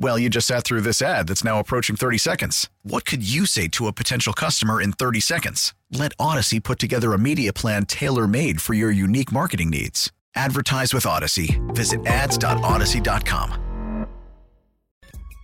Well, you just sat through this ad that's now approaching 30 seconds. What could you say to a potential customer in 30 seconds? Let Odyssey put together a media plan tailor made for your unique marketing needs. Advertise with Odyssey. Visit ads.odyssey.com.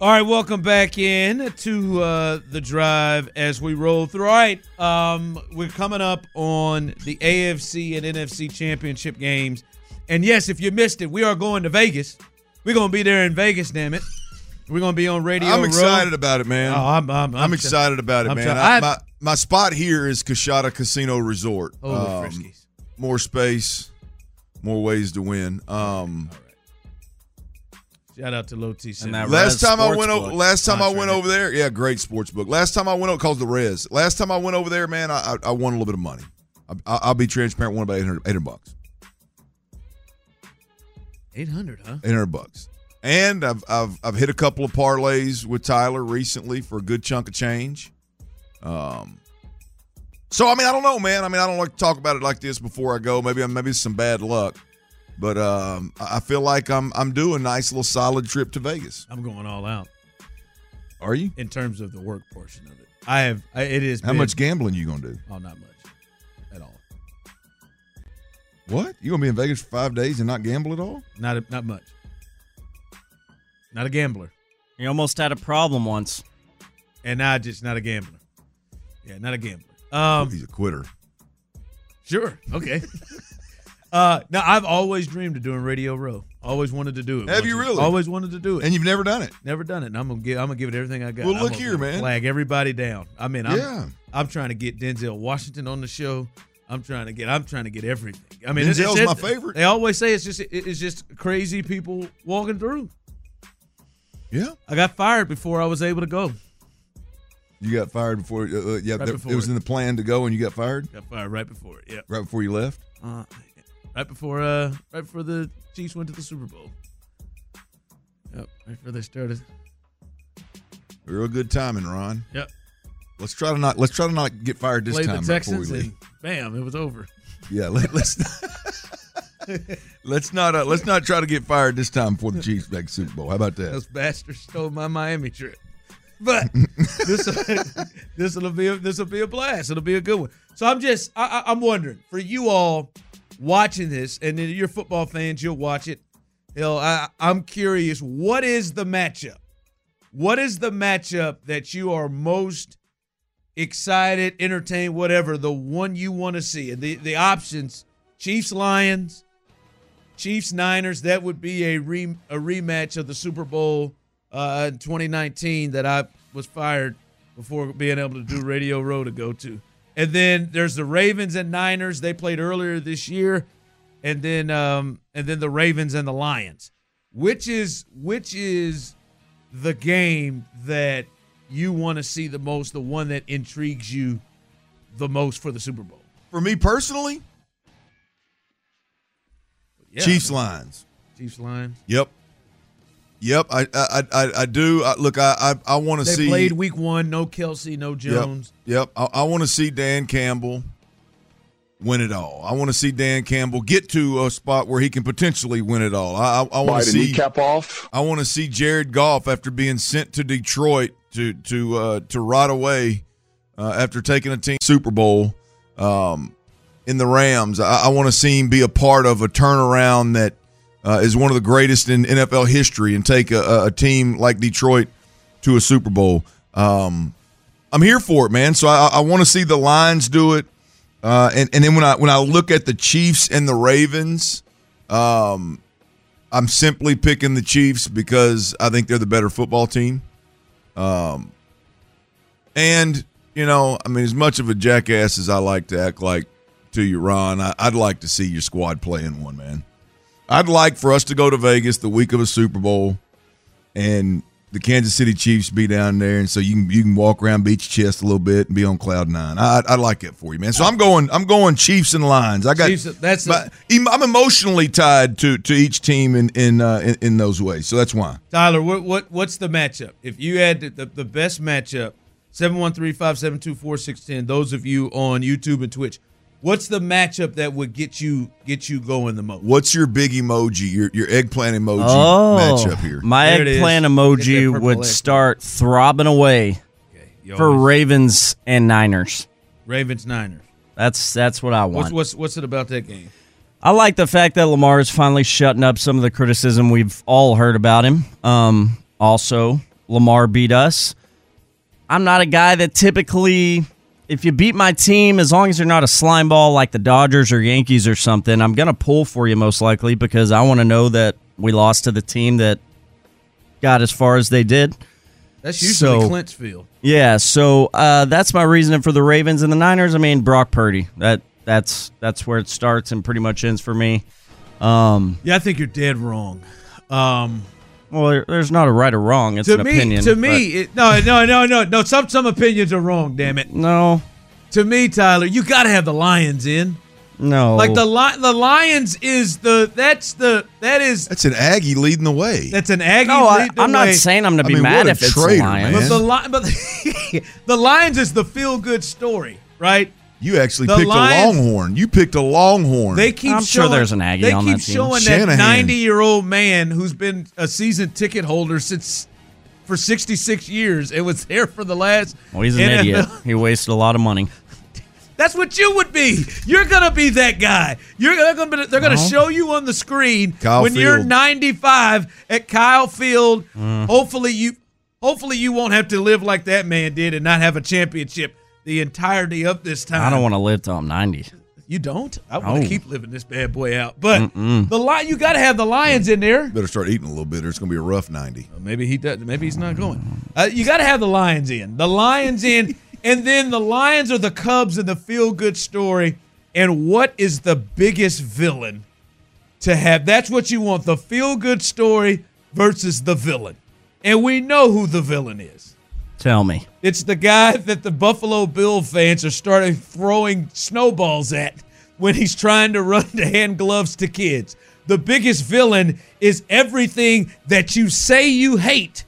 All right, welcome back in to uh, the drive as we roll through. All right, um, we're coming up on the AFC and NFC championship games, and yes, if you missed it, we are going to Vegas. We're gonna be there in Vegas, damn it. We're gonna be on radio. I'm Row. excited about it, man. Oh, I'm, I'm, I'm excited about it, I'm man. try- I- I- my, my spot here is Kashada Casino Resort. Oh, Um, friskies. more space, more ways to win. Um, Shout out to Low T. Simmons. that last Res time I went over, Sportsbook last time I went contract. over there, yeah, great sports book. Last time I went over, called the Res. Last time I went over there, man, I, I, I won a little bit of money. I, I- I'll be transparent. Won about 800, 800 bucks. 800, huh? 800 bucks. And I've, I've I've hit a couple of parlays with Tyler recently for a good chunk of change. Um So I mean, I don't know, man. I mean, I don't like to talk about it like this before I go. Maybe I'm maybe it's some bad luck. But um I I feel like I'm I'm due a nice little solid trip to Vegas. I'm going all out Are you? in terms of the work portion of it. I have. I, it is. How been- much gambling you going to do? Oh, not much at all. What? You going to be in Vegas for 5 days and not gamble at all? Not a, not much. Not a gambler, He almost had a problem once. and I just not a gambler. Yeah, not a gambler. Um, He's a quitter. Sure. Okay. uh, now I've always dreamed of doing Radio Row. Always wanted to do it. Have you Wanted- really? Always wanted to do it. And you've never done it. Never done it, and I'm gonna give. I'm gonna give it everything I got. Well, I'm look gonna here, man. Flag everybody down. I mean, I'm, Yeah. I'm trying to get Denzel Washington on the show. I'm trying to get. I'm trying to get everything. I mean, Denzel's it's- my it's- favorite. They always say it's just it- it's just crazy people walking through. Yeah. I got fired before I was able to go. You got fired before uh, uh, yeah, Right there- before it was it. in the plan to go and you got fired Got fired right before it. Yeah. right before you left. Uh, right before uh right before the Chiefs went to the Super Bowl. Yep. Right before they started. Real good timing, Ron. Yep. Let's try to not let's try to not get fired this Played time the right Texans before we leave. and bam, it was over. Yeah, let, let's let's not uh, let's not try to get fired this time before the Chiefs make the Super Bowl. How about that? Those bastards stole my Miami trip. But this this will be this will be a blast. It'll be a good one. So I'm just I, I, I'm wondering for you all watching this, and then you're football fans, you'll watch it. Hell, I, I'm curious. What is the matchup? What is the matchup that you are most excited, entertained, whatever the one you want to see? And the the options: Chiefs, Lions, Chiefs Niners. That would be a re- a rematch of the Super Bowl uh, in 2019 that I was fired before being able to do Radio Row to go to. And then there's the Ravens and Niners. They played earlier this year, and then um, and then the Ravens and the Lions. Which is which is the game that you want to see the most? The one that intrigues you the most for the Super Bowl? For me personally, Yeah, Chiefs lines. Chiefs Lions. Yep, yep. I I I, I do. I, look, I I, I want to They see played Week One. No Kelsey. No Yep. Jones. Yep. I, I want to see Dan Campbell win it all. I want to see Dan Campbell get to a spot where he can potentially win it all. I, I, I want to see off. I want to see Jared Goff after being sent to Detroit to to uh, to rot away uh, after taking a team Super Bowl um, in the Rams. I, I want to see him be a part of a turnaround that uh, is one of the greatest in NFL history and take a- a, a team like Detroit to a Super Bowl. Um, I'm here for it, man. So I, I want to see the lines do it. Uh, and and then when I when I look at the Chiefs and the Ravens, um, I'm simply picking the Chiefs because I think they're the better football team. Um, and you know, I mean, as much of a jackass as I like to act like to you, Ron, I, I'd like to see your squad play in one man. I'd like for us to go to Vegas the week of a Super Bowl, and the Kansas City Chiefs be down there, and so you can you can walk around, beat your chest a little bit, and be on cloud nine. I I like it for you, man. So I'm going I'm going Chiefs and Lions. I got Chiefs, that's the- but em- I'm emotionally tied to to each team in in uh, in, in those ways. So that's why. Tyler, what what what's the matchup? If you had the, the, the best matchup, 713-572-4610, those of you on YouTube and Twitch, what's the matchup that would get you get you going the most? What's your big emoji? Your your eggplant emoji Oh, matchup here. Oh. My There it is. eggplant Get that emoji purple would eggplant. start throbbing away You for always- Ravens and Niners. Ravens Niners. That's that's what I want. What's what's what's it about that game? I like the fact that Lamar is finally shutting up some of the criticism we've all heard about him. Um, also, Lamar beat us. I'm not a guy that typically, if you beat my team, as long as you're not a slime ball like the Dodgers or Yankees or something, I'm going to pull for you most likely because I want to know that we lost to the team that got as far as they did. That's usually So- Clint's field. Yeah, so uh, that's my reasoning for the Ravens and the Niners. I mean, Brock Purdy. That that's that's where it starts and pretty much ends for me. Um, Yeah, I think you're dead wrong. Um, well, there- there's not a right or wrong. It's to an me, opinion. to me, it, no, no, no, no, no. Some some opinions are wrong. Damn it. but- no, To me, Tyler, you got to have the Lions in. no. Oh. Like the li- the Lions is the that's the that is That's an Aggie leading the way. that's an Aggie. no, I, lead the I'm not way. saying I'm gonna I be mean, mad what a if it's traitor, the Lions. But man. the li- but the, the Lions is the feel good story, right? you actually the picked Lions- a Longhorn. You picked a Longhorn. They keep I'm sure showing, there's an Aggie they on keep that team. showing that Shanahan. 90 year old man who's been a season ticket holder since for 66 years and was there for the last. Well, he's an NFL. idiot. He wasted a lot of money. That's what you would be. You're gonna be that guy. You're they're gonna be, they're gonna show you on the screen Kyle when you're Field. 95 at Kyle Field. Mm. Hopefully you, hopefully you won't have to live like that man did and not have a championship the entirety of this time. I don't want to live till I'm 90. You don't. I want to No. keep living this bad boy out. But the lion, you got to have the lions in there. better start eating a little bit, or it's going to be a rough ninety. Maybe he does. Maybe he's not going. Uh, you got to have the lions in. The lions in, and then the lions are the Cubs in the feel good story. And what is the biggest villain to have? That's what you want: the feel good story versus the villain. And we know who the villain is. Tell me. It's the guy that the Buffalo Bill fans are starting throwing snowballs at when he's trying to run to hand gloves to kids. The biggest villain is everything that you say you hate,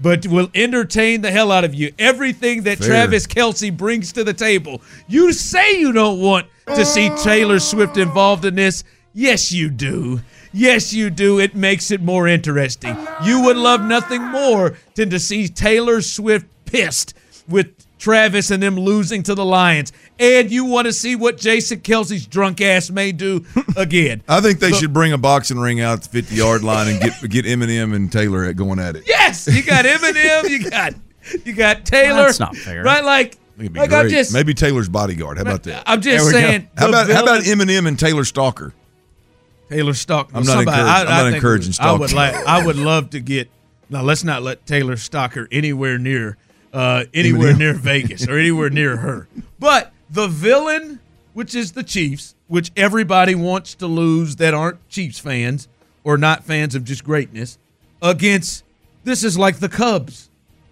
but will entertain the hell out of you. Everything that Fair. Travis Kelsey brings to the table. You say you don't want to see Taylor Swift involved in this. Yes, you do. Yes, you do. It makes it more interesting. You would love nothing more than to see Taylor Swift pissed with Travis and them losing to the Lions. And you want to see what Jason Kelsey's drunk ass may do again. I think they should bring a boxing ring out to the fifty yard line and get get Eminem and Taylor at going at it. yes, you got Eminem, you got you got Taylor. That's not fair. Right? Like, It'd be like great. I'm just Maybe Taylor's bodyguard. How about that? I'm just There we go. saying, How the about how about villain- Eminem and Taylor Stalker? Taylor Stock. I'm not encouraged- I'm not encouraging I would stalking. like. I would love to get. Now let's not let Taylor Stocker anywhere near, uh, anywhere near Vegas or anywhere near her. But the villain, which is the Chiefs, which everybody wants to lose that aren't Chiefs fans or not fans of just greatness, against this is like the Cubs.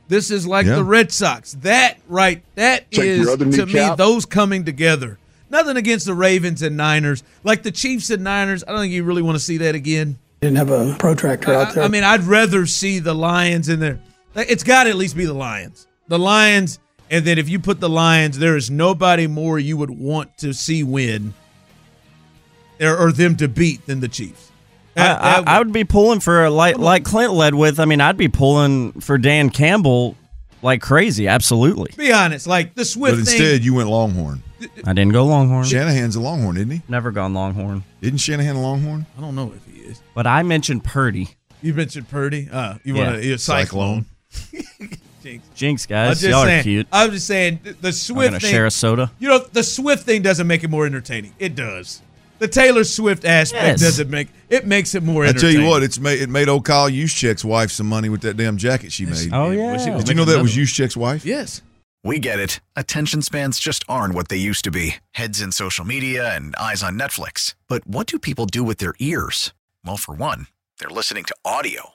This is like Yeah. the Red Sox. That right, that is to me those coming together. Nothing against the Ravens and Niners, like the Chiefs and Niners. I don't think you really want to see that again. didn't have a protractor out I, there. I mean, I'd rather see the Lions in there. Like, It's got to at least be the Lions. The Lions, and then if you put the Lions, there is nobody more you would want to see win or, or them to beat than the Chiefs. That- I, that I, I would be pulling for a like like Clint led with. I mean, I'd be pulling for Dan Campbell like crazy. Absolutely. be honest. Like the But Swift thing. instead, you went Longhorn. I didn't go Longhorn. Shanahan's a Longhorn, isn't he? Never gone Longhorn. Isn't Shanahan a Longhorn? I don't know if he is. But I mentioned Purdy. You mentioned Purdy. Uh, you Yeah. want to a cyclone? jinx. Jinx, I'm guys. just Y'all saying. are cute. I'm just saying th- the I'm Swift gonna thing. share a soda. You know, the Swift thing doesn't make it more entertaining. It does. The Taylor Swift aspect Yes. doesn't make it makes it more I tell entertaining. you what, it's made it made old Kyle Yuschek's wife some money with that damn jacket she made. Oh Yeah, well, she yeah. was Did you know that was Yuschek's wife? yes. We get it. Attention spans just aren't what they used to be heads in social media and eyes on Netflix. But what do people do with their ears? Well, for one, they're listening to audio.